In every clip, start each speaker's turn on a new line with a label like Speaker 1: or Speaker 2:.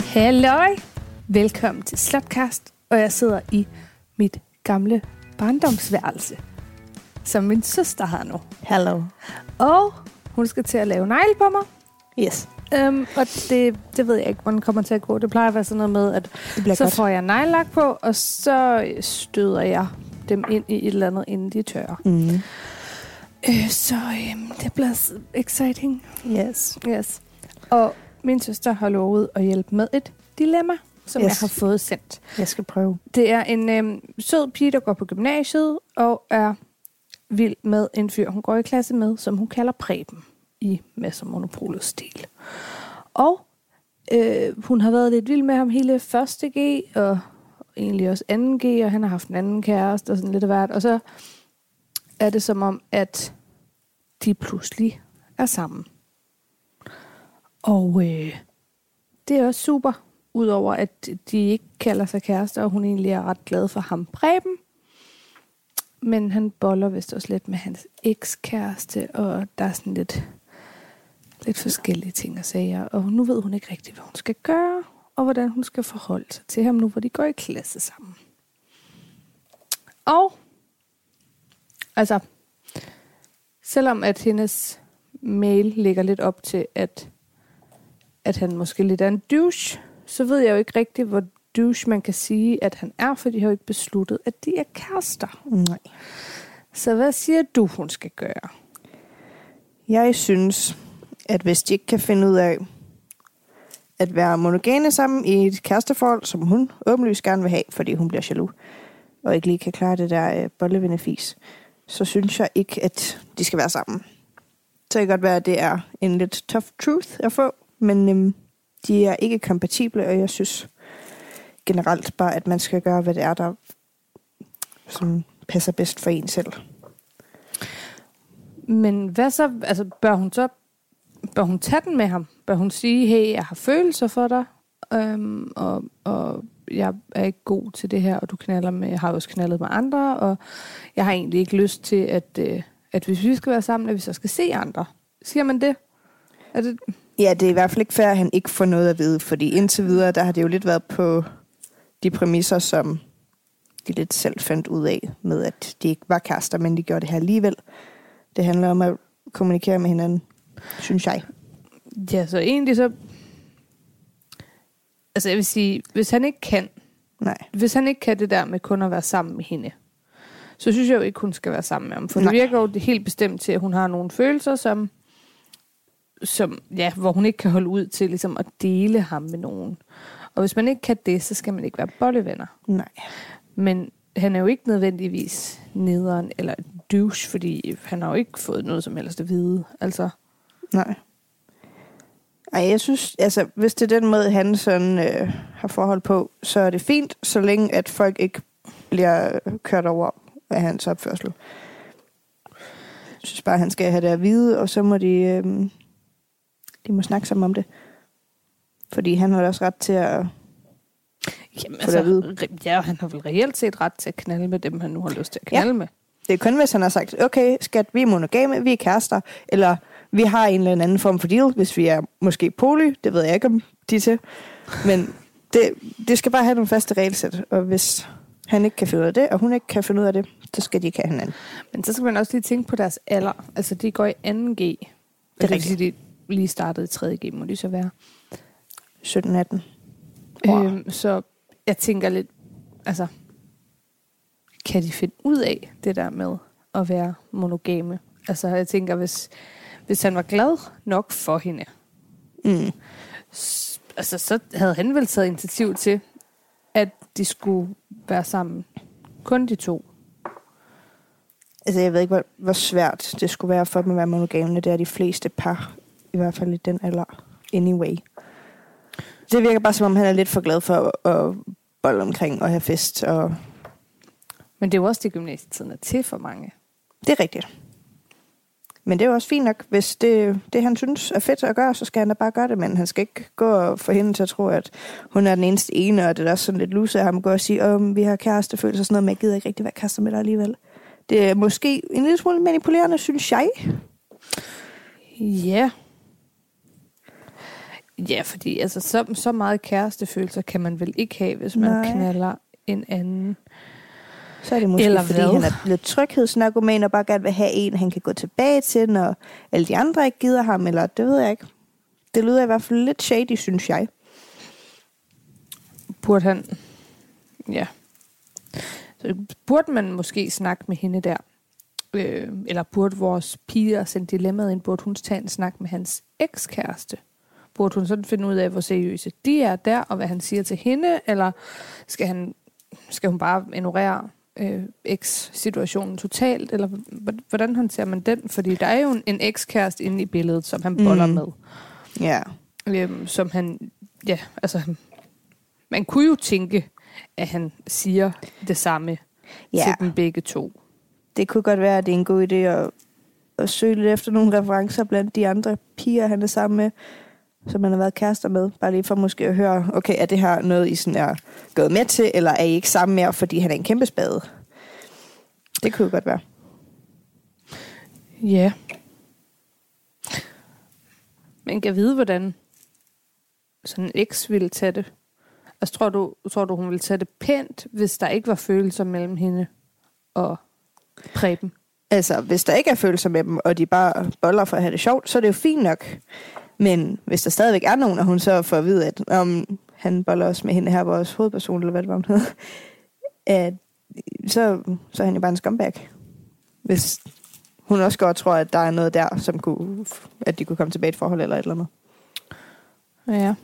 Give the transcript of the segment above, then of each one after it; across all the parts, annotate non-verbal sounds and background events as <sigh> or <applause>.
Speaker 1: Halløj! Velkommen til Slotcast, og jeg sidder i mit gamle barndomsværelse, som min søster har nu.
Speaker 2: Hello.
Speaker 1: Og hun skal til at lave negle på mig,
Speaker 2: Yes.
Speaker 1: øhm, og det, det ved jeg ikke, hvordan det kommer til at gå. Det plejer at være sådan noget med, at
Speaker 2: Det bliver
Speaker 1: så
Speaker 2: så godt.
Speaker 1: får jeg neglelak på, og så støder jeg dem ind i et eller andet, inden de er tørre.
Speaker 2: Mm.
Speaker 1: Øh, så øhm, det bliver s- exciting.
Speaker 2: Yes.
Speaker 1: Yes. Og min søster har lovet at hjælpe med et dilemma, som yes. jeg
Speaker 2: Yes.
Speaker 1: har fået sendt.
Speaker 2: Jeg skal prøve.
Speaker 1: Det er en øhm, sød pige, der går på gymnasiet og er vild med en fyr, hun går i klasse med, som hun kalder Preben i Mads og Monopolets stil. Og øh, hun har været lidt vild med ham hele 1. G og egentlig også 2. G, og han har haft en anden kæreste og sådan lidt af hvert. Og så er det som om, at de pludselig er sammen. Og øh, det er også super, udover at de ikke kalder sig kærester, og hun egentlig er ret glad for ham, Preben. Men han boller vist også lidt med hans ekskæreste, og der er sådan lidt, lidt forskellige ting og sager. Og nu ved hun ikke rigtigt, hvad hun skal gøre, og hvordan hun skal forholde sig til ham nu, hvor de går i klasse sammen. Og, altså, selvom at hendes mail ligger lidt op til, at at han måske lidt er en douche, så ved jeg jo ikke rigtigt, hvor douche man kan sige, at han er, for de har jo ikke besluttet, at de er kærester.
Speaker 2: Mm, Nej.
Speaker 1: Så hvad siger du, hun skal gøre?
Speaker 2: Jeg synes, at hvis de ikke kan finde ud af at være monogene sammen i et kæresteforhold, som hun åbenlyst gerne vil have, fordi hun bliver jaloux, og ikke lige kan klare det der øh, bollevindefis, så synes jeg ikke, at de skal være sammen. Så kan godt være, at det er en lidt tough truth at få, men øhm, de er ikke kompatible, og jeg synes generelt bare, at man skal gøre, hvad det er, der som passer bedst for en selv.
Speaker 1: Men hvad så, altså bør hun så, bør hun tage den med ham? Bør hun sige, hey, jeg har følelser for dig, øhm, og, og jeg er ikke god til det her, og du knaller med, jeg har også knaldet med andre, og jeg har egentlig ikke lyst til, at, øh, at hvis vi skal være sammen, at vi så skal se andre. Siger man det? Er det
Speaker 2: Ja, det er i hvert fald ikke fair, at han ikke får noget at vide, fordi indtil videre, der har det jo lidt været på de præmisser, som de lidt selv fandt ud af, med at de ikke var kærester, men de gjorde det her alligevel. Det handler om at kommunikere med hinanden, synes jeg.
Speaker 1: Ja, så egentlig så... Altså jeg vil sige, hvis han ikke kan,
Speaker 2: Nej.
Speaker 1: hvis han ikke kan det der med kun at være sammen med hende, så synes jeg jo ikke, hun skal være sammen med ham. For Nej.
Speaker 2: Nej.
Speaker 1: det virker jo det helt bestemt til, at hun har nogle følelser, som, som, ja, hvor hun ikke kan holde ud til ligesom, at dele ham med nogen. Og hvis man ikke kan det, så skal man ikke være bollevenner.
Speaker 2: Nej.
Speaker 1: Men han er jo ikke nødvendigvis nederen eller en douche, fordi han har jo ikke fået noget som helst at vide. Altså,
Speaker 2: Nej. Ej, jeg synes, altså, hvis det er den måde, han sådan øh, har forhold på, så er det fint, så længe at folk ikke bliver kørt over af hans opførsel. Jeg synes bare, han skal have det at vide, og så må de, øh, de må snakke sammen om det. Fordi han har da også ret til at...
Speaker 1: Jamen,
Speaker 2: Få det at vide.
Speaker 1: re- ja, han har vel reelt set ret til at knalde med dem, han nu har lyst til at knalde ja. med.
Speaker 2: Det er kun, hvis han har sagt, okay, skat, vi er monogame, vi er kærester, eller vi har en eller anden form for deal, hvis vi er måske poly, det ved jeg ikke, om de er til. Men <laughs> det, det skal bare have nogle faste regelsæt, og hvis han ikke kan finde ud af det, og hun ikke kan finde ud af det, så skal de ikke have hinanden.
Speaker 1: Men så skal man også lige tænke på deres alder. Altså, de går i 2G. Det er
Speaker 2: rigtigt.
Speaker 1: rigtigt. De lige startede i 3G, må de så være.
Speaker 2: 17-18. Wow.
Speaker 1: Øhm, så jeg tænker lidt, altså, kan de finde ud af det der med at være monogame? Altså, jeg tænker, hvis, hvis han var glad nok for hende,
Speaker 2: Mm.
Speaker 1: s- altså, så havde han vel taget initiativ til, at de skulle være sammen. Kun de to.
Speaker 2: Altså, jeg ved ikke, hvor, hvor svært det skulle være for dem at være monogame. Det er de fleste par, i hvert fald i den alder. Anyway. Det virker bare, som om han er lidt for glad for at, at bolle omkring og have fest. Og
Speaker 1: Men det er jo også det, gymnasietiden er til for mange.
Speaker 2: det er rigtigt. Men det er jo også fint nok, hvis det, det han synes er fedt at gøre, så skal han da bare gøre det, men han skal ikke gå og få hende til at tro, at hun er den eneste ene, og det er da også sådan lidt lus af ham at gå og sige, om vi har kærestefølelser og sådan noget, men jeg gider ikke rigtig være kærester med dig alligevel. Det er måske en lille smule manipulerende, synes jeg.
Speaker 1: Ja. Ja, fordi altså, så, så meget kærestefølelser kan man vel ikke have, hvis man
Speaker 2: Nej.
Speaker 1: Nej. knaller en anden.
Speaker 2: Så er det måske, Eller
Speaker 1: Eller
Speaker 2: fordi
Speaker 1: hvad?
Speaker 2: han er blevet tryghedsnarkoman og bare gerne vil have en, han kan gå tilbage til, når alle de andre ikke gider ham, eller det ved jeg ikke. Det lyder i hvert fald lidt shady, synes jeg.
Speaker 1: Burde han... Ja. Så burde man måske snakke med hende der? Øh, eller burde vores piger sende dilemmaet ind? Burde hun tage en snak med hans ekskæreste? Burde hun sådan finde ud af, hvor seriøse de er der, og hvad han siger til hende? Eller skal, han, skal hun bare ignorere øh, eks-situationen totalt? Eller h- hvordan håndterer man den? Fordi der er jo en, en ekskæreste inde i billedet, som han boller
Speaker 2: Mm.
Speaker 1: med.
Speaker 2: Ja.
Speaker 1: øhm, som han, ja, altså, han- man kunne jo tænke, at han siger det samme ja.
Speaker 2: Ja,
Speaker 1: til dem begge to.
Speaker 2: det kunne godt være, at det er en god idé at, at søge lidt efter nogle referencer blandt de andre piger, han er sammen med, som han har været kærester med. Bare lige for måske at høre, okay, er det her noget, I sådan er gået med til, eller er I ikke sammen mere, fordi han er en kæmpe spade? Det kunne jo godt være.
Speaker 1: Ja. Man kan vide, hvordan sådan en eks ville tage det. Altså, tror du, tror du, hun ville tage det pænt, hvis der ikke var følelser mellem hende og Preben?
Speaker 2: Altså, hvis der ikke er følelser med dem, og de bare boller for at have det sjovt, så er det jo fint nok. Men hvis der stadigvæk er nogen, og hun så får at vide, at om han boller også med hende her, vores hovedperson, eller hvad det var, hun hed, <laughs> at, så, så er han jo bare en scumbag. Hvis hun også godt tror, at der er noget der, som kunne, at de kunne komme tilbage i et forhold eller et eller andet.
Speaker 1: Ja.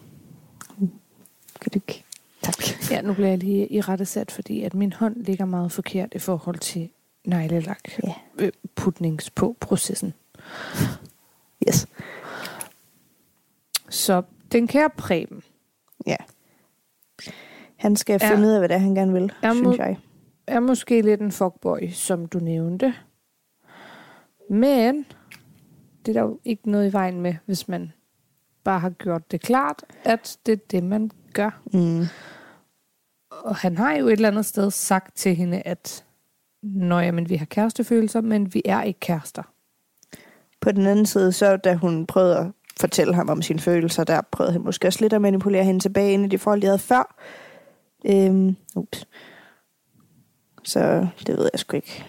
Speaker 2: Kan du ikke? Tak.
Speaker 1: Ja, nu bliver jeg lige i rette sat, fordi at min hånd ligger meget forkert i forhold til neglelak
Speaker 2: Ja.
Speaker 1: øh, putnings på processen.
Speaker 2: Yes.
Speaker 1: Så den kære Preben
Speaker 2: Han skal
Speaker 1: Ja.
Speaker 2: finde ud af, hvad det er, han gerne vil,
Speaker 1: Jeg må-
Speaker 2: synes jeg.
Speaker 1: er måske lidt en fuckboy, som du nævnte. Men det er der jo ikke noget i vejen med, hvis man bare har gjort det klart, at det er det, man gør.
Speaker 2: Mm.
Speaker 1: Og han har jo et eller andet sted sagt til hende, at Nå ja, men vi har kærestefølelser, men vi er ikke kærester.
Speaker 2: På den anden side, så da hun prøvede at fortælle ham om sine følelser, der prøvede han måske også lidt at manipulere hende tilbage ind i de forhold, de havde før. Øhm, ups. Så det ved jeg sgu ikke.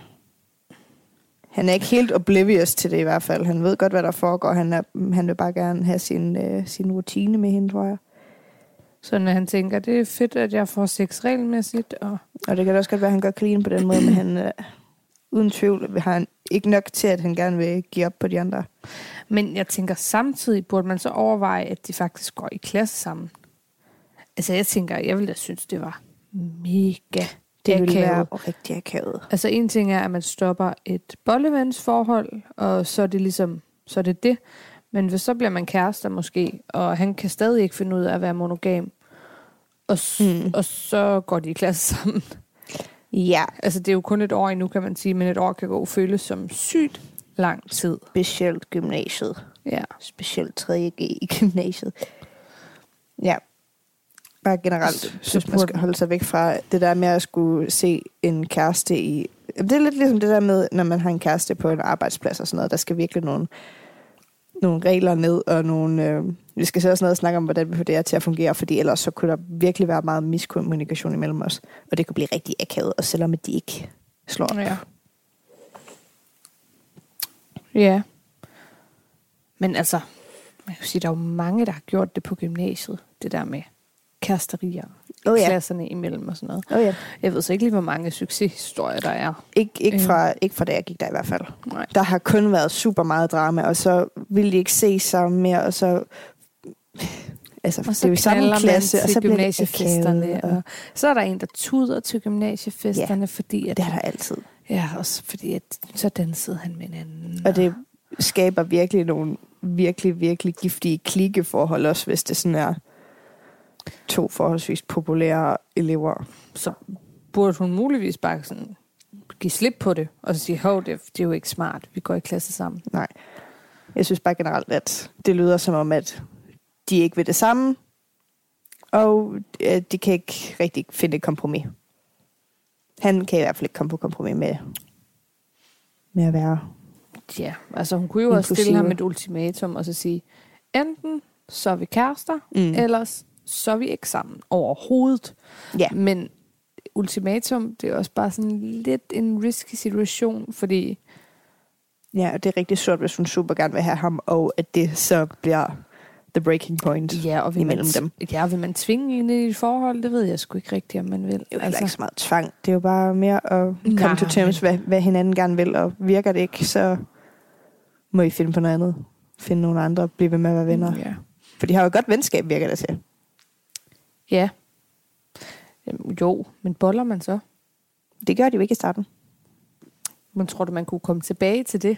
Speaker 2: Han er ikke helt oblivious til det i hvert fald. Han ved godt, hvad der foregår. Han, er, han vil bare gerne have sin, øh, sin rutine med hende, tror jeg.
Speaker 1: Så når han tænker, det er fedt, at jeg får sex regelmæssigt, og
Speaker 2: Og det kan da også godt være, at han godt kan lide hende på den måde, men han øh, uden tvivl har han ikke nok til, at han gerne vil give op på de andre.
Speaker 1: Men jeg tænker samtidig, burde man så overveje, at de faktisk går i klasse sammen? Altså jeg tænker, jeg ville da synes, det var mega
Speaker 2: Det ville
Speaker 1: akavet.
Speaker 2: være rigtig akavet.
Speaker 1: Altså en ting er, at man stopper et bollevandsforhold, og så er det ligesom, så er det det. Men hvis så bliver man kærester måske, og han kan stadig ikke finde ud af at være monogam, og, s-
Speaker 2: Mm.
Speaker 1: mm. og så går de i klasse <laughs> sammen.
Speaker 2: Ja,
Speaker 1: Altså det er jo kun et år endnu, kan man sige, men et år kan gå og føles som sygt lang tid.
Speaker 2: specielt gymnasiet.
Speaker 1: Ja.
Speaker 2: specielt 3.G i gymnasiet. Ja. Bare generelt,
Speaker 1: Så
Speaker 2: synes man skal
Speaker 1: burde-
Speaker 2: holde sig væk fra det der med at skulle se en kæreste i... Jamen, Det er lidt ligesom det der med, når man har en kæreste på en arbejdsplads og sådan noget. Der skal virkelig nogle, nogle regler ned, og nogle... Øh, vi skal så også noget snakke om, hvordan vi får det her til at fungere, fordi ellers så kunne der virkelig være meget miskommunikation imellem os. Og det kunne blive rigtig akavet, og selvom de ikke slår op.
Speaker 1: Ja. Ja. Men altså, man kan jo sige, der er jo mange, der har gjort det på gymnasiet. Det der med kæresterier,
Speaker 2: Oh, ja.
Speaker 1: klasserne imellem og sådan noget.
Speaker 2: Oh, ja.
Speaker 1: Jeg ved så ikke lige, hvor mange succeshistorier der er.
Speaker 2: Ikke, ikke,
Speaker 1: Øh.
Speaker 2: fra, ikke fra da jeg gik der i hvert fald.
Speaker 1: Nej.
Speaker 2: der har kun været super meget drama, og så ville de ikke se sammen mere, og så... Altså,
Speaker 1: Og
Speaker 2: det er jo i samme
Speaker 1: knalder man
Speaker 2: klasse,
Speaker 1: til
Speaker 2: og så bliver det
Speaker 1: gymnasiefesterne.
Speaker 2: akavet, og
Speaker 1: Og så er der en, der tuder til gymnasiefesterne, ja. fordi at,
Speaker 2: det er der altid.
Speaker 1: ja, også fordi at, så dansede han med en anden.
Speaker 2: Og det skaber virkelig nogle virkelig, virkelig giftige klikkeforhold, også hvis det sådan er to forholdsvis populære elever.
Speaker 1: så burde hun muligvis bare sådan give slip på det, og så sige, hov, det, det er jo ikke smart, vi går i klasse sammen.
Speaker 2: Nej. Jeg synes bare generelt, at det lyder som om, at de ikke vil det samme, og øh, de kan ikke rigtig finde et kompromis. Han kan i hvert fald ikke komme på kompromis med, med at være...
Speaker 1: Ja, altså hun kunne jo også
Speaker 2: Inklusive.
Speaker 1: stille ham et ultimatum, og så sige, enten så er vi kærester, mm.
Speaker 2: Øh,
Speaker 1: ellers så er vi ikke sammen overhovedet.
Speaker 2: Ja.
Speaker 1: Men ultimatum, det er også bare sådan lidt en risky situation, fordi
Speaker 2: Ja, og det er rigtig surt, hvis hun super gerne vil have ham, og at det så bliver the breaking point.
Speaker 1: ja, og vil
Speaker 2: Imellem
Speaker 1: man,
Speaker 2: dem.
Speaker 1: Ja, vil man tvinge en i et forhold, det ved jeg sgu ikke rigtigt, om man vil.
Speaker 2: Det er jo altså, ikke så meget tvang. Det er jo bare mere at komme
Speaker 1: Nej,
Speaker 2: til terms, hvad, hvad hinanden gerne vil, og virker det ikke, så må I finde på noget andet. Finde nogle andre og blive ved med at være venner.
Speaker 1: Mm, Ja.
Speaker 2: For de har jo et godt venskab, virker det til.
Speaker 1: ja. Jamen, jo, men boller man så?
Speaker 2: Det gør de jo ikke i starten.
Speaker 1: Men tror du, man kunne komme tilbage til det?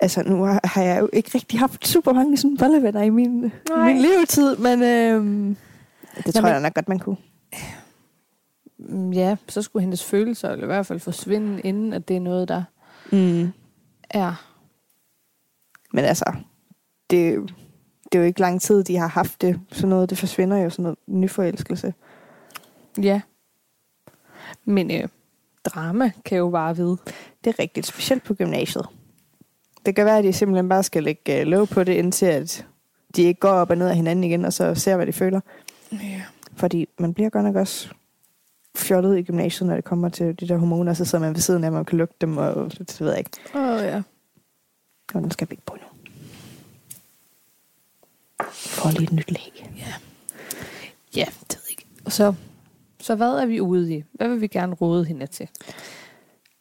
Speaker 2: Altså, nu har, har jeg jo ikke rigtig haft super mange sådan bollevenner i min,
Speaker 1: Nej.
Speaker 2: min levetid, men øhm, det tror
Speaker 1: men-
Speaker 2: jeg da nok godt, man kunne.
Speaker 1: Mm, Ja, så skulle hendes følelser eller i hvert fald forsvinde, inden at det er noget, der
Speaker 2: Mm.
Speaker 1: er...
Speaker 2: Men altså, det, det er jo ikke lang tid, de har haft det. Sådan noget, det forsvinder jo, sådan noget nyforelskelse.
Speaker 1: Ja. Men øh, drama kan jo bare vide.
Speaker 2: Det er rigtigt, specielt på gymnasiet. Det kan være, at de simpelthen bare skal lægge øh, låg på det, indtil at de ikke går op og ned af hinanden igen, og så ser, hvad de føler.
Speaker 1: Ja.
Speaker 2: Fordi man bliver godt nok også fjollet i gymnasiet, når det kommer til de der hormoner, så sidder man ved siden af, man kan lugte dem, og det ved jeg ikke.
Speaker 1: Åh, ja.
Speaker 2: Og den skal vi ikke på nu. Får lige et nyt lag.
Speaker 1: Ja, det ved jeg ikke. Og så, så hvad er vi ude i? Hvad vil vi gerne råde hende til?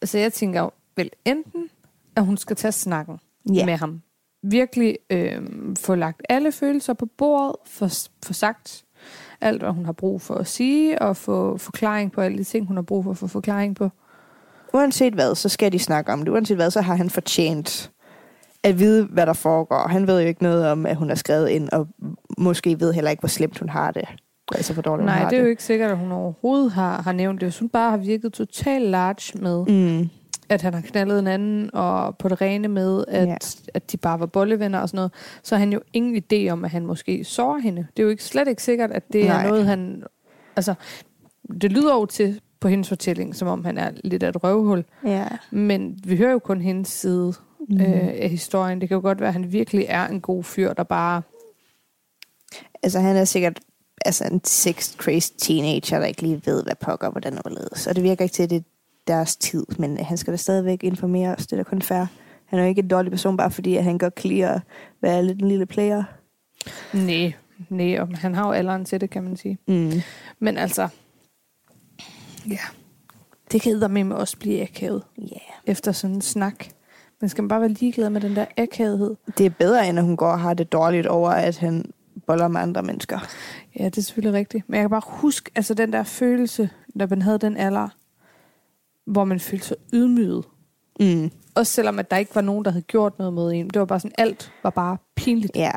Speaker 1: Altså, jeg tænker jo, vel enten, at hun skal tage snakken
Speaker 2: Ja.
Speaker 1: yeah. med ham. Virkelig øh, få lagt alle følelser på bordet, få, få sagt alt, hvad hun har brug for at sige, og få forklaring på alle de ting, hun har brug for at få forklaring på.
Speaker 2: Uanset hvad, så skal de snakke om det. Uanset hvad, så har han fortjent at vide, hvad der foregår. Han ved jo ikke noget om, at hun er skrevet ind, og måske ved heller ikke, hvor slemt hun har det. Altså, hvor dårligt hun
Speaker 1: Nej,
Speaker 2: har
Speaker 1: det er jo ikke sikkert, at hun overhovedet har, har nævnt det. Hvis hun bare har virket totalt large med,
Speaker 2: Mm.
Speaker 1: at han har knaldet en anden, og på det rene med, at,
Speaker 2: Ja.
Speaker 1: ja. at de bare var bollevenner og sådan noget, så har han jo ingen idé om, at han måske sårer hende. Det er jo ikke, slet ikke sikkert, at det
Speaker 2: Nej.
Speaker 1: er noget, han... Altså, det lyder jo til på hendes fortælling, som om han er lidt af et røvhul,
Speaker 2: Ja.
Speaker 1: men vi hører jo kun hendes side
Speaker 2: Mm.
Speaker 1: øh, af historien. Det kan jo godt være, at han virkelig er en god fyr, der bare...
Speaker 2: Altså, han er sikkert altså, en sex crazy teenager, der ikke lige ved, hvad pokker, hvordan og hvorledes. Og det virker ikke til, at det er deres tid, men han skal da stadigvæk informere os. Det er da kun fair. Han er jo ikke en dårlig person, bare fordi at han godt kan lide at være lidt en lille player.
Speaker 1: Nej, nej, og han har jo alderen til det, kan man sige.
Speaker 2: Mm.
Speaker 1: Men altså, ja, det kan med også blive akavet
Speaker 2: Yeah.
Speaker 1: efter sådan en snak. Men skal man bare være ligeglad med den der akavethed?
Speaker 2: Det er bedre, end at hun går og har det dårligt over, at han boller med andre mennesker.
Speaker 1: Ja, det er selvfølgelig rigtigt. Men jeg kan bare huske, altså den der følelse, da man havde den alder, hvor man følte sig ydmyget.
Speaker 2: Mm.
Speaker 1: Også selvom, at der ikke var nogen, der havde gjort noget med en. Det var bare sådan, alt var bare pinligt.
Speaker 2: Ja.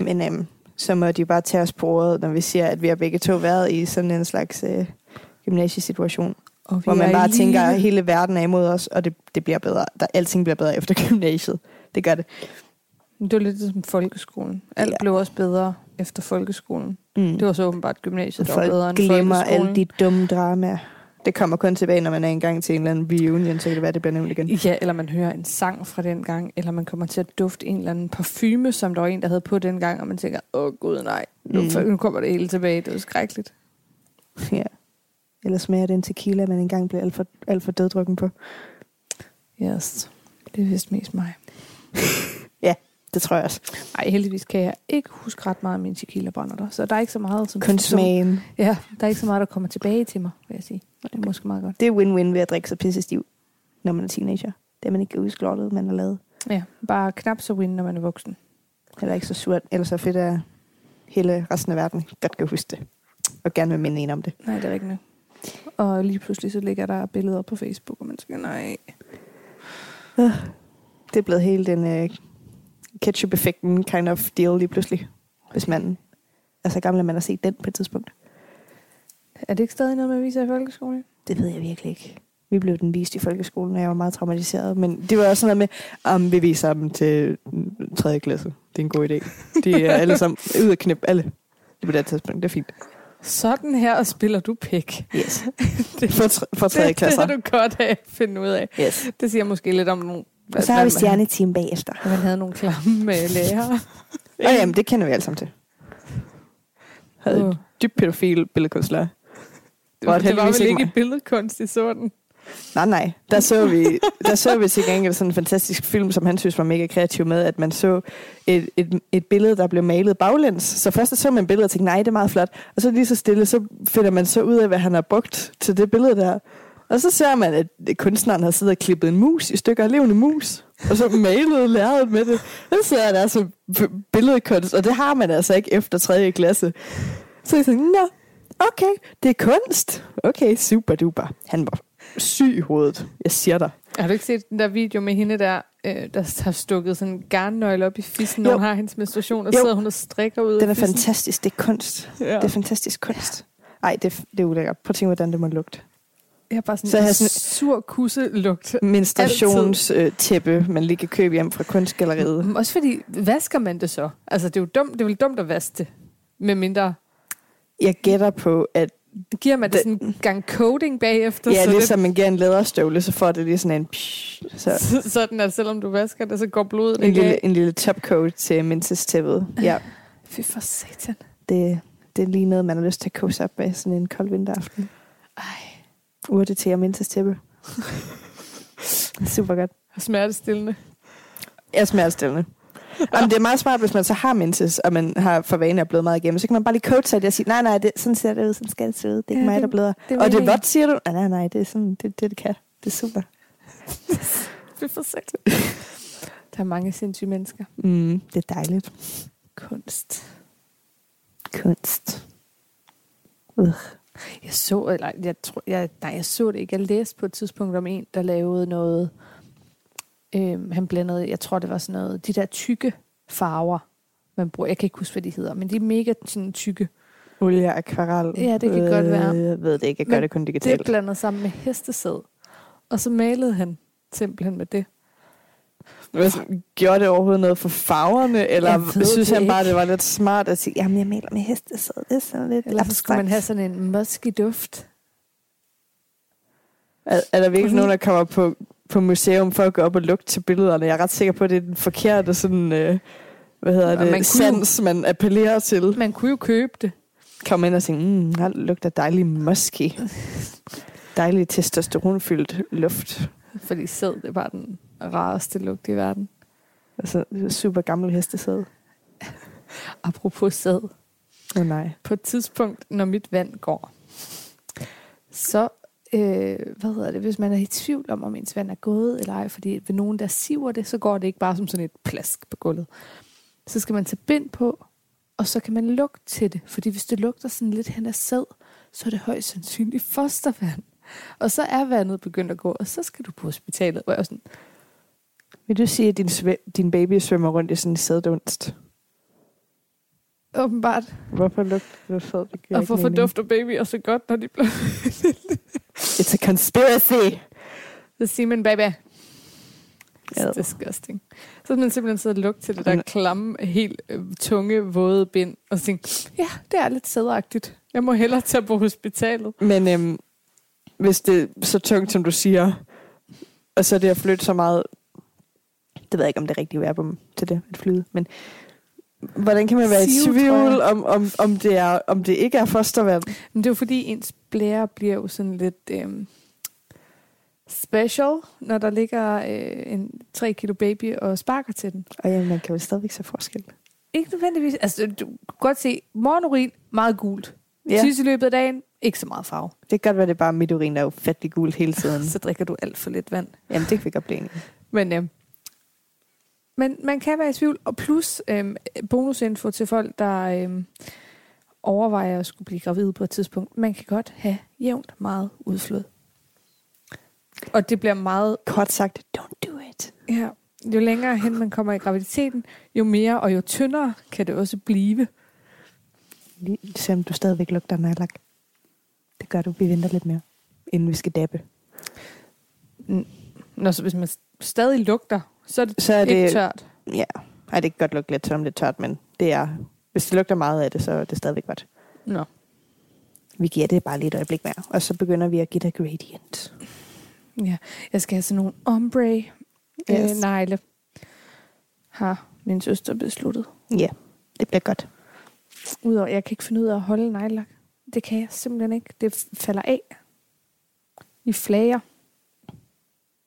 Speaker 2: Men øhm, så må de bare tage os på ordet, når vi siger, at vi har begge to været i sådan en slags øh, gymnasiesituation.
Speaker 1: Og vi
Speaker 2: Hvor man
Speaker 1: er
Speaker 2: bare
Speaker 1: lige-
Speaker 2: tænker, at hele verden er imod os, og det, det bliver bedre. Der, alting bliver bedre efter <laughs> gymnasiet. Det gør det.
Speaker 1: Det var lidt ligesom folkeskolen. Alt
Speaker 2: Ja.
Speaker 1: ja. blev også bedre efter folkeskolen.
Speaker 2: Mm.
Speaker 1: Det var så åbenbart gymnasiet, der var bedre
Speaker 2: Folk
Speaker 1: end
Speaker 2: glemmer
Speaker 1: folkeskolen.
Speaker 2: alle de dumme dramaer. Det kommer kun tilbage, når man er engang til en eller anden reunion, så kan det være, det bliver nævnt igen.
Speaker 1: Ja, eller man hører en sang fra den gang, eller man kommer til at dufte en eller anden parfume, som der var en, der havde på den gang, og man tænker, åh gud nej, nu,
Speaker 2: Mm.
Speaker 1: nu kommer det hele tilbage, det er jo skrækkeligt.
Speaker 2: Ja. Eller smager den tequila, man engang blev alt for, alt for døddrukken på.
Speaker 1: Yes, det er vist mest mig.
Speaker 2: Det tror jeg også.
Speaker 1: Ej, heldigvis kan jeg ikke huske ret meget af mine tequila brænder så der er ikke så meget, som,
Speaker 2: Kun
Speaker 1: som,
Speaker 2: smagen.
Speaker 1: ja, der er ikke så meget, der kommer tilbage til mig, vil jeg sige. Det er måske meget godt.
Speaker 2: Det er win-win ved at drikke sig pisse stiv, når man er teenager. Det er man ikke kan huske lortet, man har lavet.
Speaker 1: Ja, bare knap så win, når man er voksen.
Speaker 2: Eller ikke så surt, eller så fedt, at hele resten af verden godt kan huske det. Og gerne vil minde en om det.
Speaker 1: Nej, det er rigtigt. Og lige pludselig så ligger der billeder på Facebook, og man tænker, nej.
Speaker 2: Det er blevet hele den uh, ketchup-effekten kind of deal lige pludselig. Hvis man er så gammel, at man har set den på et tidspunkt.
Speaker 1: Er det ikke stadig noget, man viser i folkeskolen?
Speaker 2: Det ved jeg virkelig ikke. Vi blev den vist i folkeskolen, og jeg var meget traumatiseret. Men det var også sådan noget med, om vi viser dem til 3. klasse. Det er en god idé. De er alle sammen ud at knæppe alle. Det på det her tidspunkt. Det er fint.
Speaker 1: Sådan her spiller du pæk.
Speaker 2: Yes.
Speaker 1: <laughs> Det,
Speaker 2: For, tr- for
Speaker 1: <laughs> det,
Speaker 2: tredje
Speaker 1: det
Speaker 2: klasser.
Speaker 1: har du godt af at finde ud af.
Speaker 2: Yes.
Speaker 1: Det siger måske lidt om nogle...
Speaker 2: Og så har vi stjerneteam bagefter.
Speaker 1: Man havde nogle klamme øh, lærere.
Speaker 2: Og jamen, det kender vi alle sammen til.
Speaker 1: havde
Speaker 3: Åh.
Speaker 1: en dybt pædofil billedkunstner.
Speaker 2: var
Speaker 1: Det, det var
Speaker 2: heldigvis
Speaker 1: vel
Speaker 2: ikke
Speaker 1: ikke billedkunst i sådan.
Speaker 2: Nej, nej. Der så vi, der så vi til gengæld sådan en fantastisk film, som han synes var mega kreativ med, at man så et, et, et billede, der blev malet baglæns. Så først så man billedet og tænkte, nej, det er meget flot. Og så lige så stille, så finder man så ud af, hvad han har brugt til det billede der. Og så ser man, at kunstneren har siddet og klippet en mus i stykker af levende mus. Og så malet lærredet med det. Så sidder der altså billedkunst, og det har man altså ikke efter 3. klasse. Så jeg tænkte, nå, okay, det er kunst. Okay, super duper. Han var syg i hovedet. Jeg siger dig.
Speaker 1: Har du ikke set den der video med hende der, øh, der har stukket sådan en garnnøgle op i fissen, når
Speaker 2: Jo.
Speaker 1: hun har hendes menstruation, og
Speaker 2: Jo.
Speaker 1: sidder hun og strikker ud af
Speaker 2: Den er
Speaker 1: fissen?
Speaker 2: fantastisk. Det er kunst.
Speaker 1: Ja.
Speaker 2: Det er fantastisk kunst. Ej, det, er- det er ulækkert. Prøv at tænke, hvordan det må lugte.
Speaker 1: Jeg har bare sådan
Speaker 2: Så
Speaker 1: så
Speaker 2: jeg har
Speaker 1: en
Speaker 2: sådan-
Speaker 1: sur kusselugt.
Speaker 2: Menstruationstæppe, man lige kan købe hjem fra kunstgalleriet.
Speaker 1: Men Mm. Også fordi, vasker man det så? Altså, det er jo dumt, det er vel dumt at vaske det. Med mindre,
Speaker 2: Jeg gætter på, at
Speaker 1: giver man det,
Speaker 2: Det-
Speaker 1: sådan en gang coating bagefter,
Speaker 2: ja,
Speaker 1: så,
Speaker 2: ligesom
Speaker 1: <laughs>
Speaker 2: man giver en læderstøvle, så får det lige sådan en... Psh, så
Speaker 1: det, sådan at selvom du vasker det, så går blodet
Speaker 2: en
Speaker 1: ikke af.
Speaker 2: lille, en lille topcoat til mensestæppet. Ja,
Speaker 1: Fy for satan.
Speaker 2: det, det er lige noget, man har lyst til at kose op med sådan en kold vinteraften. Ej. Urte til og <laughs> mensestæppe. Super godt.
Speaker 1: Og smertestillende.
Speaker 2: Ja, smertestillende. Jamen, det er meget smart, hvis man så har menses, og man har for vane at bløde meget igennem. Så kan man bare lige coache sig det og sige, nej, nej, det, sådan ser det ud, sådan skal det se ud. Det er ikke
Speaker 3: Ja,
Speaker 2: ja, mig,
Speaker 3: det-
Speaker 2: der bløder.
Speaker 3: det
Speaker 2: Det og
Speaker 3: vil
Speaker 2: det er
Speaker 3: jeg
Speaker 2: vådt, siger du? Nej, nej, nej, det er sådan, det, er det, det kan. Det er super.
Speaker 1: Fy for
Speaker 2: <laughs>
Speaker 1: satan. Der er mange sindssyge mennesker.
Speaker 2: Mm, det er dejligt.
Speaker 1: Kunst.
Speaker 2: Kunst.
Speaker 1: Jeg så, eller jeg tror, jeg, nej, jeg så det ikke. Jeg læste på et tidspunkt om en, der lavede noget. Øhm, han blandede, jeg tror, det var sådan noget, de der tykke farver, man bruger. Jeg kan ikke huske, hvad de hedder, men de er mega sådan tykke.
Speaker 2: Olie og akvarel.
Speaker 1: Ja, det kan godt være.
Speaker 2: Øh, Jeg ved det ikke, jeg gør
Speaker 1: Men
Speaker 2: det kun
Speaker 1: Det er
Speaker 2: digitalt.
Speaker 1: blandet sammen med hestesæd. Og så malede han simpelthen med det.
Speaker 2: Hvad sådan, Gjorde det overhovedet noget for farverne,
Speaker 1: Jeg ved
Speaker 2: eller synes
Speaker 1: det
Speaker 2: han bare,
Speaker 1: ikke.
Speaker 2: det var lidt smart at sige, jamen jeg maler med heste, så det er sådan lidt
Speaker 1: Eller så skulle man
Speaker 2: abstrakt."
Speaker 1: have sådan en musky duft.
Speaker 2: Er, er der virkelig
Speaker 1: Sådan-
Speaker 2: nogen, der kommer på, på museum for at gå op og lugte til billederne? Jeg er ret sikker på, at det er den forkerte sådan, øh, hvad hedder
Speaker 1: Og
Speaker 2: det,
Speaker 1: man
Speaker 2: man
Speaker 1: kunne jo-
Speaker 2: sans, man appellerer til.
Speaker 1: Man kunne jo købe det.
Speaker 2: Kom ind og sige, mm, her lugter dejlig musky. <laughs> Dejlig testosteronfyldt luft.
Speaker 1: Fordi sæd, det er bare den rareste lugt i verden.
Speaker 2: Altså, super gammel hestesæde.
Speaker 1: Apropos sæd.
Speaker 2: Åh oh, nej.
Speaker 1: på et tidspunkt, når mit vand går, så, øh, hvad hedder det, hvis man er i tvivl om, om ens vand er gået eller ej, fordi ved nogen, der siver det, så går det ikke bare som sådan et plask på gulvet. Så skal man tage bind på, og så kan man lugte til det, fordi hvis det lugter sådan lidt hen ad sæd, så er det højst sandsynligt fostervand. Og så er vandet begyndt at gå, og så skal du på hospitalet. Hvor jeg var sådan,
Speaker 2: Vil du sige, at din, svæ- din baby svømmer rundt i sådan en sæddunst?
Speaker 1: åbenbart,
Speaker 2: Hvorfor lugter det sæd? Det giver
Speaker 1: og
Speaker 2: ikke
Speaker 1: hvorfor
Speaker 2: mening.
Speaker 1: dufter babyer så godt, når de bliver...
Speaker 2: It's a conspiracy!
Speaker 1: The semen baby.
Speaker 2: Ad.
Speaker 1: It's disgusting. Så havde man simpelthen siddet og lugtet til det der
Speaker 2: Jamen-
Speaker 1: klamme, helt øh, tunge, våde bind, og tænkte, ja, det er lidt sædagtigt. Jeg må hellere tage på hospitalet.
Speaker 2: Men øhm, hvis det er så tungt, som du siger, og så er det at flytte så meget, det ved jeg ikke, om det er rigtige verbum til det, at flyde, men hvordan kan man være i
Speaker 1: Sive, tror
Speaker 2: tvivl,
Speaker 1: jeg.
Speaker 2: om, om, om, det er, om det ikke er fostervand?
Speaker 1: Men det er jo fordi, ens blære bliver jo sådan lidt øhm, special, når der ligger øh, en 3 kilo baby og sparker til den.
Speaker 2: Og ja, man kan jo stadigvæk se forskel.
Speaker 1: Ikke nødvendigvis. Altså, du kan godt se, morgenurin, meget gult. Ja.
Speaker 2: Ja,
Speaker 1: Sidst i løbet af dagen, ikke så meget <laughs> farve.
Speaker 2: det kan godt være, det er bare mit urin, der er ufattelig gult <laughs> hele tiden.
Speaker 1: Så drikker du alt for lidt vand.
Speaker 2: Jamen, det kan vi godt blive enige. om.
Speaker 1: Men, øh, men man kan være i tvivl. Og plus øh, bonusinfo til folk, der øh, overvejer at skulle blive gravid på et tidspunkt. Man kan godt have jævnt meget udflod. Og det bliver meget...
Speaker 2: Kort sagt, don't do it.
Speaker 1: Ja, jo længere hen man kommer i graviditeten, jo mere og jo tyndere kan det også blive.
Speaker 2: Lige, selvom du stadigvæk lugter nærlagt. Det gør du, vi venter lidt mere, inden vi skal dabbe.
Speaker 1: Nå, så hvis man stadig lugter, så er det,
Speaker 2: Så er
Speaker 1: det... ikke
Speaker 2: det
Speaker 1: tørt.
Speaker 2: Ja, Ej, det kan godt lugte lidt, selvom det er tørt, men det er, hvis det lugter meget af det, så er det stadigvæk godt.
Speaker 1: Nå.
Speaker 2: Vi giver det bare lige et øjeblik mere, og så begynder vi at give dig gradient.
Speaker 1: Jeg skal have sådan nogle ombre-negle.
Speaker 2: Yes.
Speaker 1: Øh, negle. har min søster besluttet.
Speaker 2: Ja, Det bliver godt.
Speaker 3: Udover, jeg kan ikke finde ud af at holde nejlak. Det kan jeg simpelthen ikke. Det f- falder af. I flager.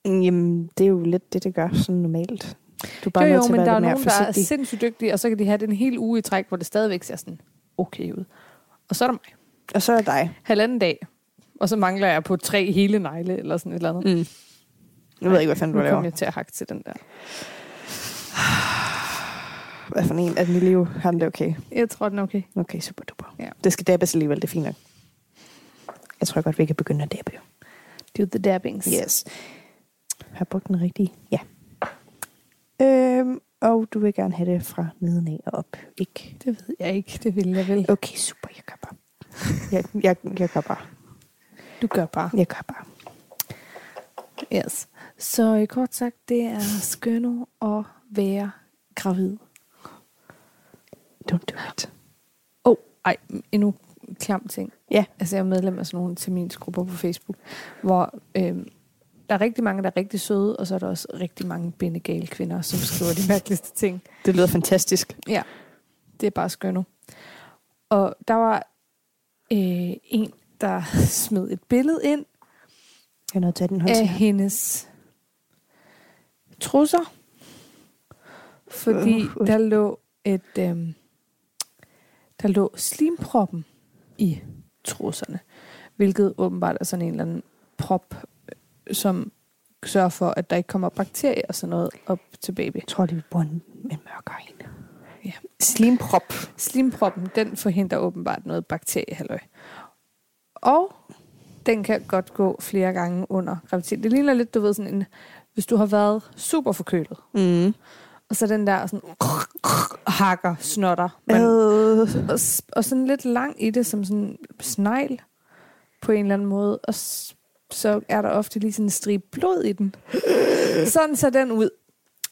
Speaker 2: Mm, Jamen, det er jo lidt det, det gør sådan normalt. Du er bare
Speaker 1: Jo,
Speaker 2: nødt
Speaker 1: jo,
Speaker 2: til at
Speaker 1: men der
Speaker 2: være
Speaker 1: er
Speaker 2: lidt mere
Speaker 1: nogen, der er
Speaker 2: forsigtig.
Speaker 1: sindssygt dygtige, og så kan de have den hele uge i træk, hvor det stadigvæk ser sådan okay ud. Og så er der mig.
Speaker 2: Og så er der dig.
Speaker 1: Halvanden dag, og så mangler jeg på tre hele negle, eller sådan et eller andet.
Speaker 2: Mm. Nu ved jeg ikke, hvad fanden du
Speaker 1: Nu
Speaker 2: laver.
Speaker 1: kom jeg til at hakke til den der.
Speaker 2: Hvad for en af den i liv? Har den det okay?
Speaker 1: Jeg tror, den er okay.
Speaker 2: Okay, super duper.
Speaker 1: Ja.
Speaker 2: Det skal dabbes alligevel, det er fint nok. Jeg tror godt, vi kan begynde at dabbe. jo.
Speaker 1: Do the dabbings.
Speaker 2: Yes. Har jeg brugt den rigtige? Ja. Øhm, og du vil gerne have det fra nedenad og op, ikke?
Speaker 1: Det ved jeg ikke. Det vil jeg vel.
Speaker 2: Okay, super, jeg gør bare. <laughs> Jeg, jeg, jeg gør bare.
Speaker 1: Du gør bare.
Speaker 2: Jeg gør bare.
Speaker 1: Yes. Så i kort sagt, det er skønne at være gravid.
Speaker 2: Don't do it.
Speaker 1: Åh, oh, ej, endnu klam ting.
Speaker 2: Ja.
Speaker 1: Altså, jeg er medlem af sådan nogle terminsgrupper på Facebook, hvor øhm, der er rigtig mange, der er rigtig søde, og så er der også rigtig mange bindegale kvinder, som skriver de mærkeligste ting.
Speaker 2: Det lyder fantastisk.
Speaker 1: Det er bare skønne. Og der var øh, en, der <laughs> smed et billede ind,
Speaker 2: Jeg er nødt til at have den hånd
Speaker 1: af
Speaker 2: til.
Speaker 1: hendes trusser, fordi
Speaker 2: Øh, øh.
Speaker 1: der lå et øhm, der lå slimproppen i trusserne, hvilket åbenbart er sådan en eller anden prop, øh, som sørger for, at der ikke kommer bakterier og sådan noget op til baby.
Speaker 2: Jeg tror, de bruger en, en mørkere en.
Speaker 1: Ja.
Speaker 2: Slimprop.
Speaker 1: Slimproppen, den forhindrer åbenbart noget bakteriehalløj. Og den kan godt gå flere gange under graviditet. Det ligner lidt, du ved, sådan en, hvis du har været super forkølet,
Speaker 2: Mm.
Speaker 1: Og så den der sådan, hakker, snotter. Men,
Speaker 2: Øh.
Speaker 1: og, s- og sådan lidt lang i det, som sådan en snegl på en eller anden måde. Og s- så er der ofte lige sådan en strib blod i den. Sådan ser den ud.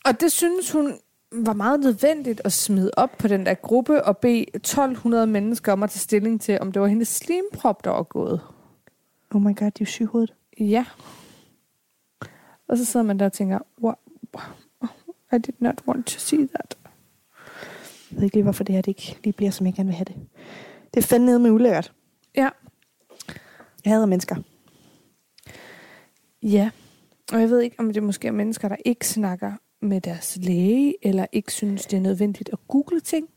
Speaker 1: Og det synes hun var meget nødvendigt at smide op på den der gruppe og bede 1200 mennesker om at tage stilling til, om det var hendes slimprop, der var gået.
Speaker 2: Oh my god, de er sygehovedet.
Speaker 1: Ja. Og så sidder man der og tænker, wow, I did not want to see that.
Speaker 2: Jeg ved ikke lige, hvorfor det her det ikke lige bliver, som jeg gerne vil have det. Det er fandme med ulækkert.
Speaker 1: Ja.
Speaker 2: Jeg hader mennesker.
Speaker 1: Ja, og jeg ved ikke, om det måske er mennesker, der ikke snakker med deres læge, eller ikke synes, det er nødvendigt at google ting.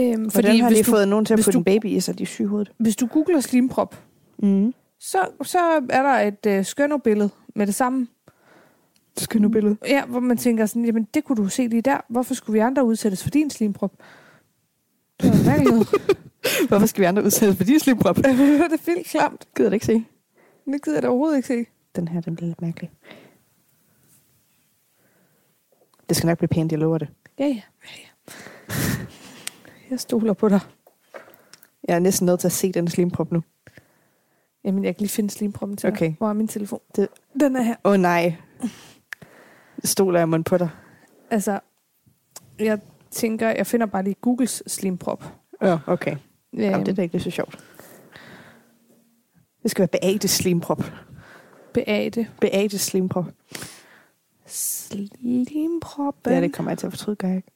Speaker 1: Øhm,
Speaker 2: Fordi Hvordan
Speaker 1: fordi
Speaker 2: har
Speaker 1: hvis
Speaker 2: de
Speaker 1: du,
Speaker 2: fået nogen til at
Speaker 1: hvis
Speaker 2: putte
Speaker 1: du-
Speaker 2: en baby i, så de er sygehovedet?
Speaker 1: hvis du googler slimprop,
Speaker 2: Mm.
Speaker 1: så, så er der et øh, skønnerbillede med det samme.
Speaker 2: Skal nu billede.
Speaker 1: Ja, hvor man tænker sådan, jamen det kunne du se lige der. Hvorfor skulle vi andre udsættes for din slimprop? Det var mærkeligt
Speaker 2: <laughs>
Speaker 1: noget.
Speaker 2: Hvorfor skal vi andre udsættes for din slimprop?
Speaker 1: det er vildt klamt.
Speaker 2: Gider det ikke se?
Speaker 1: Det gider jeg da overhovedet ikke se.
Speaker 2: Den her, den bliver lidt mærkelig. Det skal nok blive pænt, jeg lover det.
Speaker 1: Ja, ja. ja, ja. Jeg stoler på dig.
Speaker 2: Jeg er næsten nødt til at se den slimprop nu.
Speaker 1: Jamen, jeg kan lige finde slimproppen til
Speaker 2: Okay.
Speaker 1: dig. Hvor er min telefon?
Speaker 2: Det-
Speaker 1: Den er her.
Speaker 2: Åh oh, nej. Stoler jeg mund på dig?
Speaker 1: Altså, jeg tænker, jeg finder bare lige Googles slimprop.
Speaker 2: Ja, okay. Jamen, det er
Speaker 1: Øhm,
Speaker 2: da ikke lige så sjovt. Det skal være Beate slimprop.
Speaker 1: Beate.
Speaker 2: Beate slimprop.
Speaker 1: Slimproppen.
Speaker 2: Ja, det kommer jeg til at fortryde, gør jeg ikke?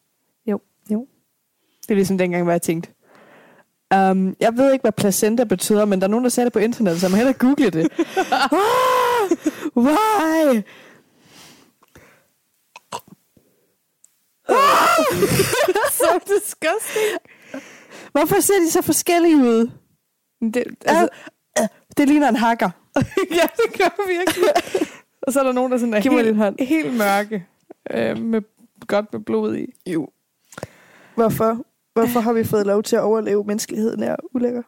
Speaker 1: Jo.
Speaker 2: Jo. Det er ligesom dengang, hvor jeg tænkte. Um, jeg ved ikke, hvad placenta betyder, men der er nogen, der sagde det på internettet, så jeg må hellere google det. <laughs> ah, why? <laughs>
Speaker 1: så disgusting.
Speaker 2: Hvorfor ser de så forskellige ud?
Speaker 1: Det,
Speaker 2: Altså, <laughs>
Speaker 1: altså,
Speaker 2: det ligner en hakker.
Speaker 1: ja, det gør virkelig. Og så er der nogen, der sådan er
Speaker 2: Giv mig din
Speaker 1: helt,
Speaker 2: hånd.
Speaker 1: helt mørke. Øh, med, godt med blod i.
Speaker 2: Jo. Hvorfor? Hvorfor har vi fået lov til at overleve menneskeligheden er ulækker?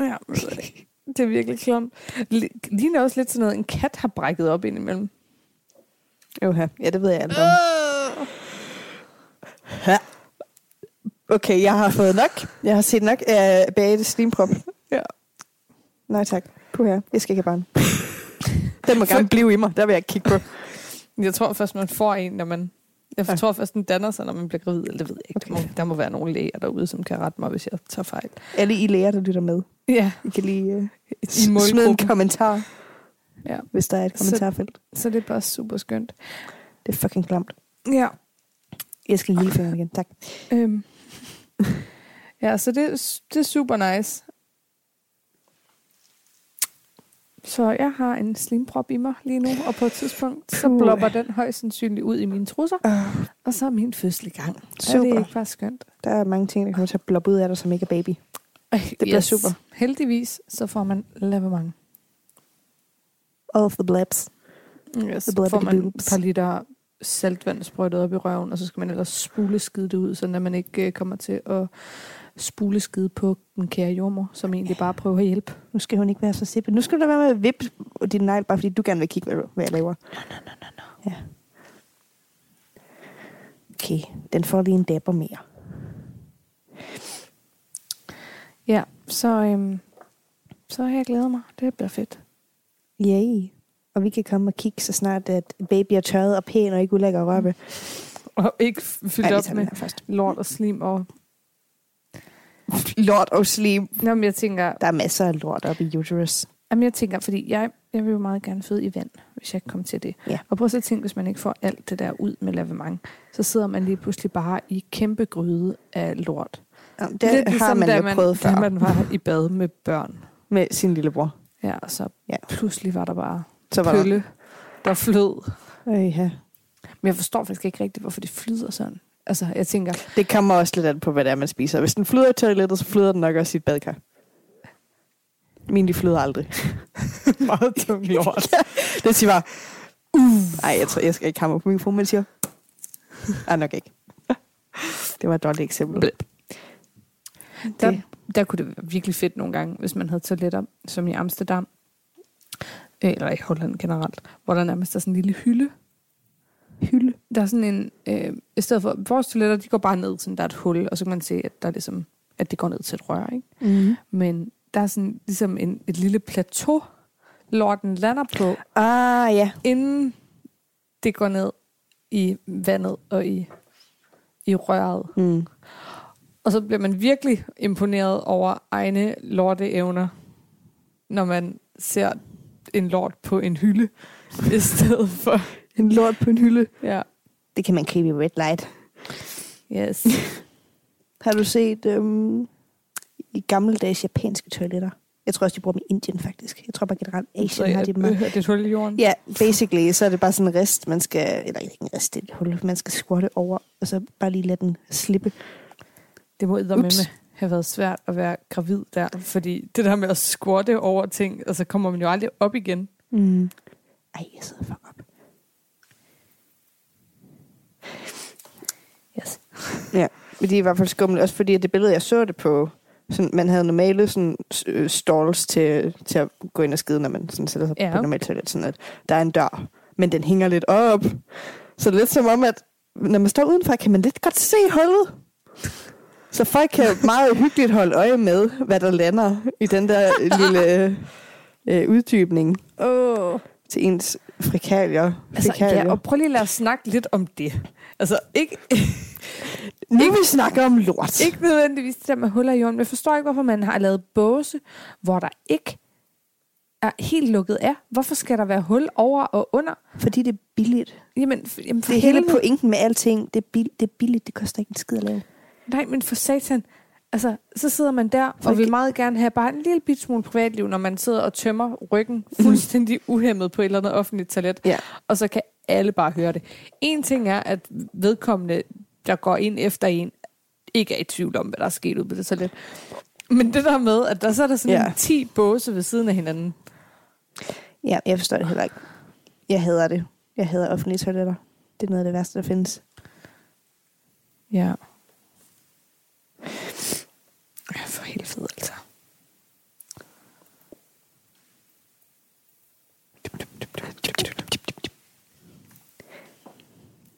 Speaker 1: Ja, jeg ved det ikke. det er virkelig klamt. Li- Ligner også lidt sådan noget, en kat har brækket op indimellem.
Speaker 2: Oha. Ja, det ved jeg alt om. Øh. Ja. Okay, jeg har fået nok. Jeg har set nok af uh, Beate Slimprop.
Speaker 1: Ja.
Speaker 2: Nej tak. Puha, jeg skal ikke have barn. <laughs> Den må gerne blive i mig, der vil jeg ikke kigge på.
Speaker 1: Jeg tror først, man får en, når man... Jeg
Speaker 2: Ja.
Speaker 1: tror først, den danner sig, når man bliver gravid. Eller det ved jeg ikke. Okay. Der, må, der må være nogle læger derude, som kan rette mig, hvis jeg tager fejl.
Speaker 2: Alle I læger, der lytter med,
Speaker 1: Ja,
Speaker 2: I kan lige uh,
Speaker 1: i
Speaker 2: smide en
Speaker 1: målgruppen.
Speaker 2: kommentar,
Speaker 1: Ja.
Speaker 2: hvis der er et kommentarfelt.
Speaker 1: Så det er bare super skønt.
Speaker 2: Det er fucking klamt.
Speaker 1: Ja.
Speaker 2: Jeg skal lille fingeren igen, tak.
Speaker 1: Øhm, Ja, så det, det er super nice. Så jeg har en slimprop i mig lige nu, og på et tidspunkt, så
Speaker 2: Puh.
Speaker 1: blopper den højst sandsynligt ud i mine trusser,
Speaker 2: Uh,
Speaker 1: og så er min fødsel i gang. Er det
Speaker 2: Super.
Speaker 1: ikke bare skønt?
Speaker 2: der er mange ting, der kommer til at bloppe ud af dig, som ikke er baby.
Speaker 1: Det
Speaker 2: bliver super.
Speaker 1: Heldigvis, så får man lavemang.
Speaker 2: All of the blabs.
Speaker 1: Yes,
Speaker 2: The
Speaker 1: så får man et
Speaker 2: blabberdoodles.
Speaker 1: par liter saltvand sprøjtet op i røven, og så skal man ellers spule skide det ud, så man ikke øh, kommer til at spule skide på den kære jordmor, som egentlig bare prøver at hjælpe.
Speaker 2: Nu skal hun ikke være så sippet. Nu skal du da være med at vippe din negl, bare fordi du gerne vil kigge, hvad, hvad jeg laver. No, no, no, no, no. Ja. Okay, den får lige en dapper mere.
Speaker 1: Ja, så, øhm, så har jeg glædet mig. Det bliver fedt.
Speaker 2: Yay. Og vi kan komme og kigge så snart, at baby er tørret og pæn og ikke ulækker at røre ved.
Speaker 1: Og ikke fyldt
Speaker 2: Ej, vi
Speaker 1: op
Speaker 2: tager
Speaker 1: med
Speaker 2: den her først.
Speaker 1: lort og slim. Og...
Speaker 2: Lort og slim.
Speaker 1: Nå, men jeg tænker,
Speaker 2: Der er masser af lort oppe i uterus.
Speaker 1: jamen, jeg tænker fordi jeg, jeg vil jo meget gerne føde i vand, hvis jeg kan komme til det.
Speaker 2: Ja.
Speaker 1: Og prøv at så tænke, hvis man ikke får alt det der ud med lavemang, så sidder man lige pludselig bare i kæmpe gryde af lort.
Speaker 2: Jamen, Det Lidt har man
Speaker 1: ligesom da
Speaker 2: jo prøvet før
Speaker 1: Da
Speaker 2: man...
Speaker 1: man var i bad med børn.
Speaker 2: med sin lillebror.
Speaker 1: Ja, og så
Speaker 2: Ja.
Speaker 1: ja. pludselig var der bare
Speaker 2: Så var
Speaker 1: pølle, der flød.
Speaker 2: der. Øh, ja.
Speaker 1: Men jeg forstår faktisk ikke rigtigt, hvorfor det flyder sådan. Altså, jeg tænker,
Speaker 2: Det kommer også lidt an på, hvad det er, man spiser. Hvis den flyder i toilettet, så flyder den nok også i et badkar. Min, de flyder <laughs> aldrig.
Speaker 1: meget tung lort.
Speaker 2: <laughs> Det siger bare, uh. Ej, jeg tror, jeg skal ikke hamre på mikrofonen, men det siger, ej, nok ikke. Det var et dårligt eksempel.
Speaker 1: Blip. Der,
Speaker 2: Det,
Speaker 1: der kunne det være virkelig fedt nogle gange, hvis man havde toiletter, som i Amsterdam, øh, eller i Holland generelt, hvor der nærmest er sådan en lille hylde. Hylde? Der er sådan en, øh, i stedet for, vores toiletter, de går bare ned, sådan der er et hul, og så kan man se, at, der er ligesom, at det går ned til et rør, ikke?
Speaker 2: mm.
Speaker 1: Men der er sådan ligesom en, et lille plateau, lorten lander på,
Speaker 2: Ah, ja.
Speaker 1: inden det går ned i vandet og i, i røret.
Speaker 2: Mm.
Speaker 1: Og så bliver man virkelig imponeret over egne lorteevner, når man ser en lort på en hylde, i stedet for...
Speaker 2: En lort på en hylde.
Speaker 1: Ja.
Speaker 2: Det kan man købe i Red Light. <laughs>
Speaker 1: Yes.
Speaker 2: Har du set øhm, i gammeldags japanske toiletter? Jeg tror også, de bruger dem i Indien, faktisk. Jeg tror bare generelt, Asien har de dem meget.
Speaker 1: Det er et hul i jorden.
Speaker 2: Ja, basically, så er det bare sådan en rest, man skal, eller ikke en rest, det er et hul, man skal squatte over, og så bare lige lade den slippe.
Speaker 1: Det må eddermame
Speaker 2: Ups.
Speaker 1: have været svært at være gravid der, fordi det der med at squatte over ting, altså kommer man jo aldrig op igen.
Speaker 2: Mm. Ej, jeg sidder for op. <laughs>
Speaker 1: Yes.
Speaker 2: Men det er i hvert fald skummelt, også fordi at det billede, jeg så det på, sådan, man havde normale sådan, øh, stalls til, til at gå ind og skide, når man sådan, sætter sig ja.
Speaker 1: Ja.
Speaker 2: på et normalt toilet. Sådan, at der er en dør, men den hænger lidt op. Så det er lidt som om, at når man står udenfor, kan man lidt godt se hullet. Så folk kan meget hyggeligt holde øje med, hvad der lander i den der lille øh, øh, uddybning
Speaker 1: Oh.
Speaker 2: til ens frikalier.
Speaker 1: Altså,
Speaker 2: frikalier.
Speaker 1: ja, og prøv lige at lade os snakke lidt om det. Altså, ikke,
Speaker 2: <laughs> nu vil vi snakke om lort.
Speaker 1: Ikke nødvendigvis det der med huller i jorden, men jeg forstår ikke, hvorfor man har lavet båse, hvor der ikke er helt lukket af. Hvorfor skal der være hul over og under?
Speaker 2: Fordi det er billigt.
Speaker 1: Jamen, f- jamen for
Speaker 2: Det er hele
Speaker 1: helvede.
Speaker 2: pointen med alting. Det er, bil, det er billigt, det koster ikke en skid at lave.
Speaker 1: Nej, men for satan. Altså, så sidder man der
Speaker 2: Folk-
Speaker 1: og vil meget gerne have bare en lille bit smule privatliv, når man sidder og tømmer ryggen
Speaker 2: <laughs>
Speaker 1: fuldstændig uhemmet på et eller andet offentligt toilet.
Speaker 2: Ja.
Speaker 1: Og så kan alle bare høre det. En ting er, at vedkommende, der går ind efter en, ikke er i tvivl om, hvad der er sket ude på det toilet. Men det der med, at der så er der sådan
Speaker 2: Ja.
Speaker 1: en 10 båse ved siden af hinanden.
Speaker 2: Ja, jeg forstår det heller ikke. Jeg hader det. Jeg hader offentlige toiletter. Det er noget af det værste, der findes.
Speaker 1: Ja. Ja, for helvede altså.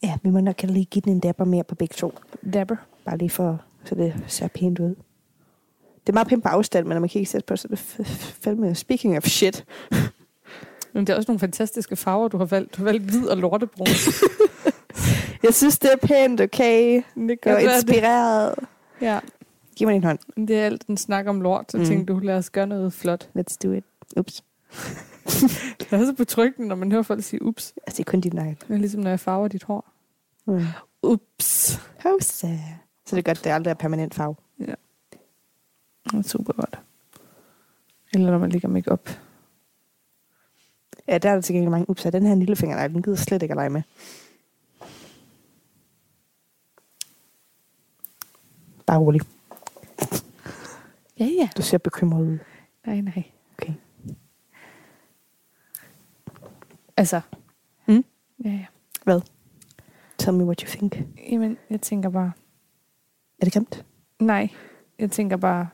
Speaker 2: Ja, vi må nok lige give den en dapper mere på begge to.
Speaker 1: Dapper.
Speaker 2: Bare lige for, så det ser pænt ud. Det er meget pænt på afstand, men når man kan ikke sætte på, så er det f- f- fandme speaking of shit.
Speaker 1: Men det er også nogle fantastiske farver, du har valgt. Du har valgt hvid og lortebrun.
Speaker 2: Jeg synes, det er pænt, okay?
Speaker 1: det
Speaker 2: Jeg
Speaker 1: kan
Speaker 2: er
Speaker 1: være det.
Speaker 2: inspireret.
Speaker 1: Ja,
Speaker 2: Giv mig din hånd.
Speaker 1: men det er alt den snak om lort, så
Speaker 2: Mm.
Speaker 1: mm. tænkte du, lad os gøre noget flot.
Speaker 2: Let's do it. Ups.
Speaker 1: Det er så betryggende, når man hører folk sige ups.
Speaker 2: Altså, det er kun din negl.
Speaker 1: Mm. Det er ligesom, når jeg farver dit hår.
Speaker 2: Mm.
Speaker 1: Ups.
Speaker 2: Hosa. Så det er godt, det aldrig er permanent farve.
Speaker 1: Det er super godt. Eller når man lægger make op.
Speaker 2: Ja, der er der til gengæld mange. Ups, er den her lillefinger, nej, den gider jeg slet ikke at lege med. Bare rolig.
Speaker 1: Ja, ja.
Speaker 2: Du ser bekymret ud.
Speaker 1: Nej, nej.
Speaker 2: Okay.
Speaker 1: Altså.
Speaker 2: Mm.
Speaker 1: Ja, ja.
Speaker 2: Tell me what you think.
Speaker 1: Jamen, jeg tænker bare,
Speaker 2: Er det grimt?
Speaker 1: nej. Jeg tænker bare,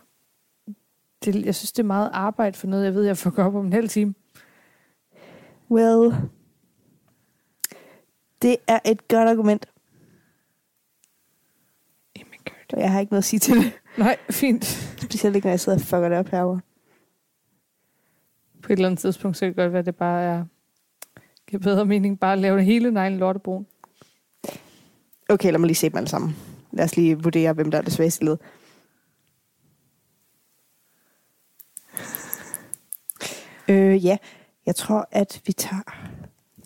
Speaker 1: det, jeg synes, det er meget arbejde for noget, jeg ved, jeg får op om en halv time.
Speaker 2: Well, det er et godt argument,
Speaker 1: Jamen, gør
Speaker 2: og jeg har ikke noget at sige til det. <laughs>
Speaker 1: Nej, fint.
Speaker 2: Specielt ikke, når jeg sidder og fucker det op herovre.
Speaker 1: På et eller andet tidspunkt, så kan det godt være, at det bare er, giver bedre mening bare at lave det hele neglen lortebogen.
Speaker 2: Okay, lad mig lige se dem alle sammen. Lad os lige vurdere, hvem der er det svageste led. Øh, ja. Jeg tror, at vi tager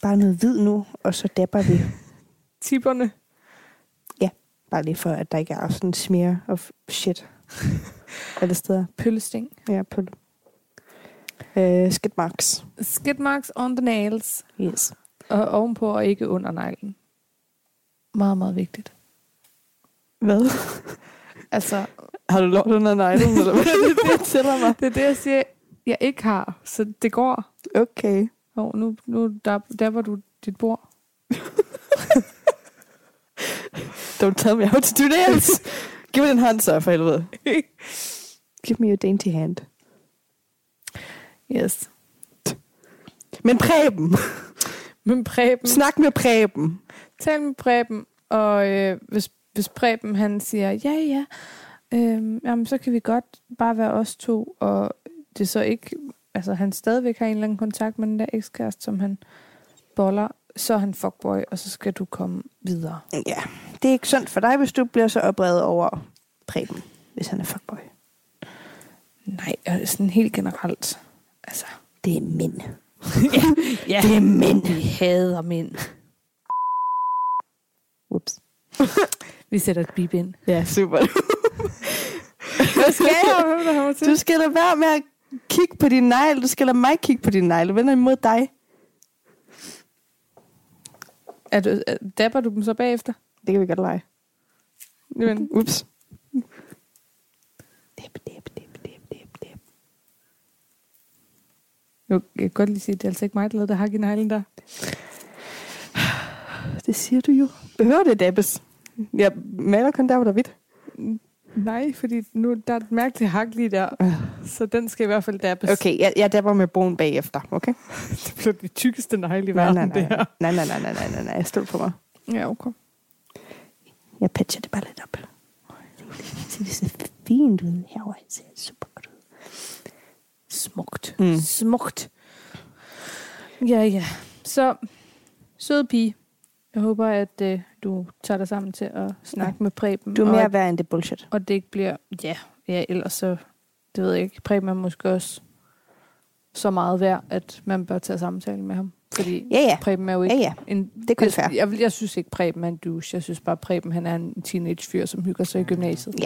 Speaker 2: bare noget hvid nu, og så dapper vi.
Speaker 1: Tipperne.
Speaker 2: Bare lige for, at der ikke er sådan smear of <laughs> shit. alle steder.
Speaker 1: Pøllesting.
Speaker 2: Ja, på det. Øh, skid marks.
Speaker 1: Skid marks on the nails.
Speaker 2: Yes.
Speaker 1: Og ovenpå og ikke under neglen. Meget, meget vigtigt.
Speaker 2: Hvad?
Speaker 1: Altså,
Speaker 2: Har du lort under neglen, eller hvad? <laughs> det tæller mig.
Speaker 1: det er det, jeg siger, jeg ikke har. Så det går.
Speaker 2: Okay.
Speaker 1: Hov, nu, nu dab- dapper du dit bord.
Speaker 2: Don't tell me how to do <laughs> this. Giv mig en hånd så, for helvede. <laughs> Give me your dainty hand.
Speaker 1: Yes.
Speaker 2: Men Preben!
Speaker 1: Men Preben,
Speaker 2: Snak med Preben!
Speaker 1: tal med Preben, og øh, hvis, hvis Preben han siger, ja, ja, øh, jamen, så kan vi godt bare være os to, og det er så ikke, altså han stadigvæk har en eller anden kontakt med den der ekskæreste, som han boller, så er han fuckboy, og så skal du komme videre.
Speaker 2: Ja, det er ikke sundt for dig, hvis du bliver så oprevet over Preben, hvis han er fuckboy.
Speaker 1: Nej, og sådan helt generelt. Altså,
Speaker 2: Det er mænd.
Speaker 1: ja.
Speaker 2: Det er mænd.
Speaker 1: vi hader mænd.
Speaker 2: Ups.
Speaker 1: <laughs> Vi sætter et bip ind.
Speaker 2: Ja, <laughs> super.
Speaker 1: Hvad skal jeg? Hvad har
Speaker 2: Du skal lade være med at kigge på din negl. Du skal lade mig kigge på din negl. Vender imod dig.
Speaker 1: Er du, er, dapper du dem så bagefter?
Speaker 2: Det kan vi godt lege.
Speaker 1: Jamen,
Speaker 2: Ups. Dip, dip, dip, dip, dip, dip.
Speaker 1: jo, jeg kan godt lige sige, at det er altså ikke mig, der lavede det hak i neglen der.
Speaker 2: Det siger du jo. Behøver det, Dabbes? Jeg maler kun der, hvor der er hvidt.
Speaker 1: Nej, fordi nu der er et mærkeligt hak lige der. Så den skal i hvert fald dappes.
Speaker 2: Okay, jeg, jeg dapper med brun bagefter, okay?
Speaker 1: Det blev det tykkeste negle i
Speaker 2: Nej,
Speaker 1: verden, <laughs>
Speaker 2: nej, nej.
Speaker 1: det her.
Speaker 2: Nej, nej, nej, nej, nej, nej, nej. Stol på mig.
Speaker 1: Ja, okay.
Speaker 2: Jeg patcher det bare lidt op. Så det ser fint ud herovre. Det ser super godt ud.
Speaker 3: Smukt.
Speaker 2: Mm.
Speaker 3: Smukt.
Speaker 1: Ja, ja. Så, søde pige. Jeg håber, at øh, du tager dig sammen til at snakke med Preben.
Speaker 2: Du er
Speaker 1: og,
Speaker 2: mere værd end det bullshit.
Speaker 1: og det ikke bliver... Ja, ja, ellers så... Det ved jeg ikke. Preben er måske også så meget værd, at man bør tage samtale med ham. Fordi
Speaker 2: Ja, ja.
Speaker 1: Preben er jo ikke
Speaker 2: Ja, ja.
Speaker 1: En,
Speaker 2: Det er kun fair.
Speaker 1: jeg, jeg, vil- jeg synes ikke, Preben er en douche. Jeg synes bare, Preben han er en teenagefyr, som hygger sig i gymnasiet.
Speaker 2: Ja.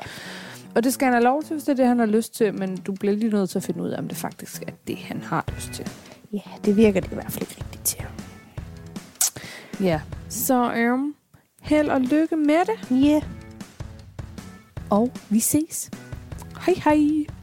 Speaker 1: Og det skal han have lov til, hvis det er det, han har lyst til. Men du bliver lige nødt til at finde ud af, om det faktisk er det, han har lyst til.
Speaker 2: Ja, det virker det i hvert fald ikke rigtigt til.
Speaker 1: Ja. Så øhm, held og lykke med det.
Speaker 2: Ja. Yeah.
Speaker 1: Og vi ses. Hej hej.